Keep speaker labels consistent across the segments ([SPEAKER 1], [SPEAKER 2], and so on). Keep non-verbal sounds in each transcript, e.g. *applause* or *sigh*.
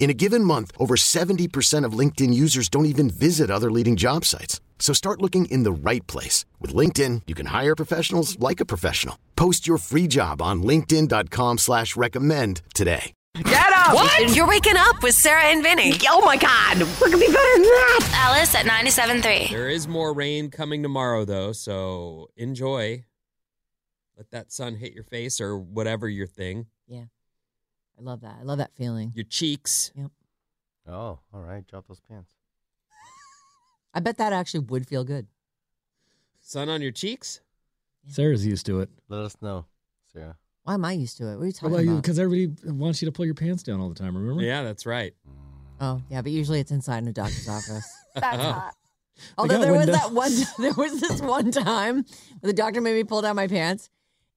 [SPEAKER 1] In a given month, over 70% of LinkedIn users don't even visit other leading job sites. So start looking in the right place. With LinkedIn, you can hire professionals like a professional. Post your free job on linkedin.com slash recommend today.
[SPEAKER 2] Get up! What?
[SPEAKER 3] You're waking up with Sarah and Vinny.
[SPEAKER 2] Oh my God! We're gonna be better than that.
[SPEAKER 4] Alice at 97.3.
[SPEAKER 5] There is more rain coming tomorrow, though, so enjoy. Let that sun hit your face or whatever your thing,
[SPEAKER 6] I love that. I love that feeling.
[SPEAKER 5] your cheeks.
[SPEAKER 7] Oh, all right. Drop those pants.
[SPEAKER 6] I bet that actually would feel good.
[SPEAKER 5] Sun on your cheeks?
[SPEAKER 8] Sarah's used to it.
[SPEAKER 7] Let us know, Sarah.
[SPEAKER 6] Why am I used to it? What are you
[SPEAKER 8] How
[SPEAKER 6] talking
[SPEAKER 8] about you?
[SPEAKER 6] about?
[SPEAKER 8] Because everybody wants you to pull your pants down all the time, remember?
[SPEAKER 5] Yeah, that's right.
[SPEAKER 6] oh, yeah, but usually it's inside in a
[SPEAKER 5] *laughs*
[SPEAKER 6] doctor's office.
[SPEAKER 4] That's
[SPEAKER 5] Uh-huh.
[SPEAKER 4] hot.
[SPEAKER 6] Although
[SPEAKER 8] got
[SPEAKER 6] there was
[SPEAKER 8] windows.
[SPEAKER 6] that one, *laughs* there was this one time where the doctor made me pull down my pants,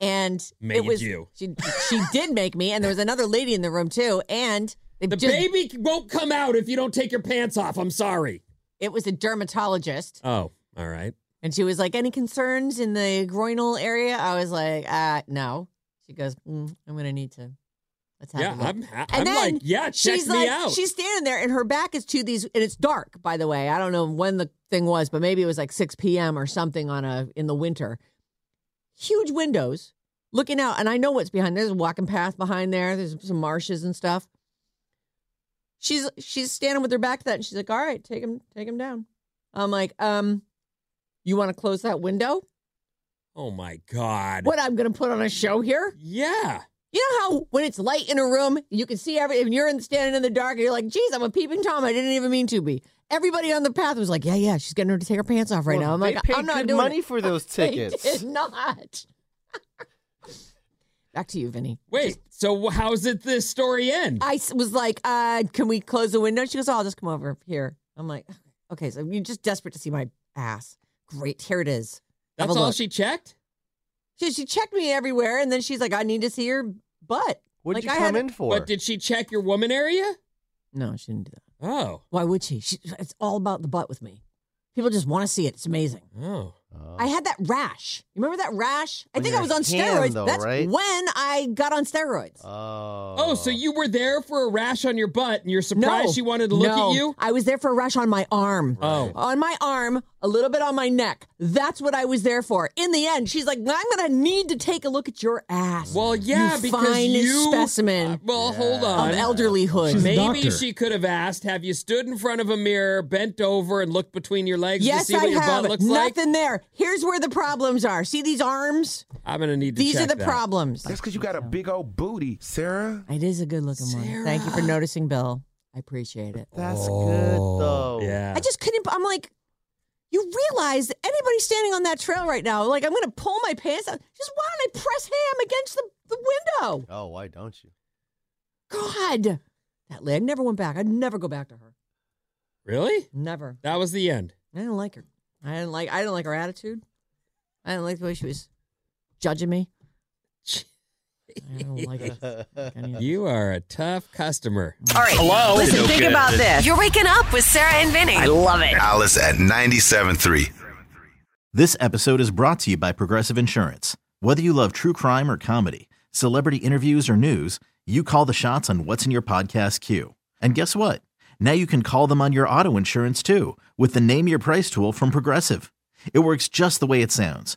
[SPEAKER 6] and
[SPEAKER 5] Made
[SPEAKER 6] it was
[SPEAKER 5] you.
[SPEAKER 6] she she did make me, and there was another lady in the room too, and they
[SPEAKER 5] The
[SPEAKER 6] just-
[SPEAKER 5] baby won't come out if you don't take your pants off. I'm sorry.
[SPEAKER 6] it was a dermatologist,
[SPEAKER 5] Oh, all right.
[SPEAKER 6] and she was like, "Any concerns in the groinal area?" I was like, "Uh, no." She goes, mm, "I'm gonna need to." Let's have
[SPEAKER 5] Yeah,
[SPEAKER 6] a look.
[SPEAKER 5] I'm, ha- I'm
[SPEAKER 6] And then
[SPEAKER 5] like, yeah, *laughs* check
[SPEAKER 6] she's
[SPEAKER 5] me
[SPEAKER 6] like,
[SPEAKER 5] out.
[SPEAKER 6] she's standing there, and her back is to these, and it's dark. By the way, I don't know when the thing was, but maybe it was like 6 p.m. or something on a in the winter. Huge windows looking out, and I know what's behind. There's a walking path behind there. There's some marshes and stuff. She's she's standing with her back to that, and she's like, "All right, take him, take him down." I'm like, "Um, you want to close that window?
[SPEAKER 5] oh my God.
[SPEAKER 6] What I'm going to put on a show here?"
[SPEAKER 5] Yeah.
[SPEAKER 6] You know how when it's light in a room, you can see everything. If you're in, standing in the dark, and you're like, "Geez, I'm a peeping tom. I didn't even mean to be." Everybody on the path was like, "Yeah, yeah, she's getting her to take her pants off right
[SPEAKER 7] Well,
[SPEAKER 6] now." I'm
[SPEAKER 7] they
[SPEAKER 6] like,
[SPEAKER 7] paid
[SPEAKER 6] "I'm not
[SPEAKER 7] good
[SPEAKER 6] doing
[SPEAKER 7] money
[SPEAKER 6] it."
[SPEAKER 7] for those
[SPEAKER 6] *laughs* They
[SPEAKER 7] tickets.
[SPEAKER 6] did not. *laughs* Back to you, Vinny.
[SPEAKER 5] Wait, so how's it this story end?
[SPEAKER 6] I s- was like, uh, "Can we close the window?" She goes, "Oh, I'll just come over here." I'm like, "Okay, so you're just desperate to see my ass. Great, here it is." Have a
[SPEAKER 5] That's all
[SPEAKER 6] look.
[SPEAKER 5] she checked?
[SPEAKER 6] She she checked me everywhere, and then she's like, "I need to see your butt."
[SPEAKER 7] What'd
[SPEAKER 6] Like,
[SPEAKER 7] you
[SPEAKER 6] I
[SPEAKER 7] come
[SPEAKER 6] had-
[SPEAKER 7] in for?
[SPEAKER 5] But did she check your woman area?
[SPEAKER 6] No, she didn't do that.
[SPEAKER 5] Oh.
[SPEAKER 6] Why would she? she? It's all about the butt with me. People just want to see it. It's amazing.
[SPEAKER 5] Oh.
[SPEAKER 7] Oh.
[SPEAKER 6] I had that rash. You remember that rash? I
[SPEAKER 7] On
[SPEAKER 6] think
[SPEAKER 7] your
[SPEAKER 6] I was on
[SPEAKER 7] hand,
[SPEAKER 6] steroids.
[SPEAKER 7] though,
[SPEAKER 6] That's
[SPEAKER 7] right?
[SPEAKER 6] when I got on steroids.
[SPEAKER 7] oh.
[SPEAKER 5] Oh,
[SPEAKER 8] Uh,
[SPEAKER 5] so you were there for a rash on your butt and you're surprised she wanted to look
[SPEAKER 6] No.
[SPEAKER 5] at you?
[SPEAKER 6] I was there for a rash on my arm.
[SPEAKER 5] Oh.
[SPEAKER 6] On my arm, a little bit on my neck. That's what I was there for. In the end, she's like, I'm going to need to take a look at your ass.
[SPEAKER 5] Well,
[SPEAKER 7] Mm.
[SPEAKER 5] yeah,
[SPEAKER 6] you
[SPEAKER 5] because
[SPEAKER 6] fine
[SPEAKER 5] you
[SPEAKER 6] specimen
[SPEAKER 5] Uh, well, hold
[SPEAKER 6] of
[SPEAKER 5] on.
[SPEAKER 6] elderlyhood.
[SPEAKER 8] She's a
[SPEAKER 5] Maybe
[SPEAKER 8] doctor.
[SPEAKER 5] she could have asked, "Have you stood in front of a mirror, bent over, and looked between your legs to
[SPEAKER 6] yes,
[SPEAKER 5] see what
[SPEAKER 6] I
[SPEAKER 5] your
[SPEAKER 6] have.
[SPEAKER 5] butt looks
[SPEAKER 6] Nothing
[SPEAKER 5] like?"
[SPEAKER 6] there. Here's where the problems are. See these arms?
[SPEAKER 5] I'm gonna need to.
[SPEAKER 6] These are
[SPEAKER 5] check
[SPEAKER 6] the
[SPEAKER 5] that.
[SPEAKER 6] problems.
[SPEAKER 9] That's because you got a big old booty, Sarah.
[SPEAKER 6] It is a good looking one. Thank you for noticing, Bill. I appreciate it.
[SPEAKER 7] That's good though.
[SPEAKER 5] Yeah.
[SPEAKER 6] I just couldn't. I'm like, you realize that anybody standing on that trail right now, like, I'm going to pull my pants out. Just why don't I press ham against the, the window?
[SPEAKER 7] Oh, why don't you?
[SPEAKER 6] God. That lady, I never went back. I'd never go back to her.
[SPEAKER 5] really.
[SPEAKER 6] Never.
[SPEAKER 5] That was the end.
[SPEAKER 6] I didn't like her. I didn't like. I didn't like her attitude. I didn't like the way she was judging
[SPEAKER 7] *laughs*
[SPEAKER 6] me. I don't like it.
[SPEAKER 5] You are a tough customer.
[SPEAKER 3] All right.
[SPEAKER 2] Hello. Listen, think about this.
[SPEAKER 3] You're waking up with Sarah and Vinny.
[SPEAKER 2] I love it.
[SPEAKER 9] Alice at 97.3.
[SPEAKER 10] This episode is brought to you by Progressive Insurance. Whether you love true crime or comedy, celebrity interviews or news, you call the shots on what's in your podcast queue. And guess what? Now you can call them on your auto insurance too with the Name Your Price tool from Progressive. It works just the way it sounds.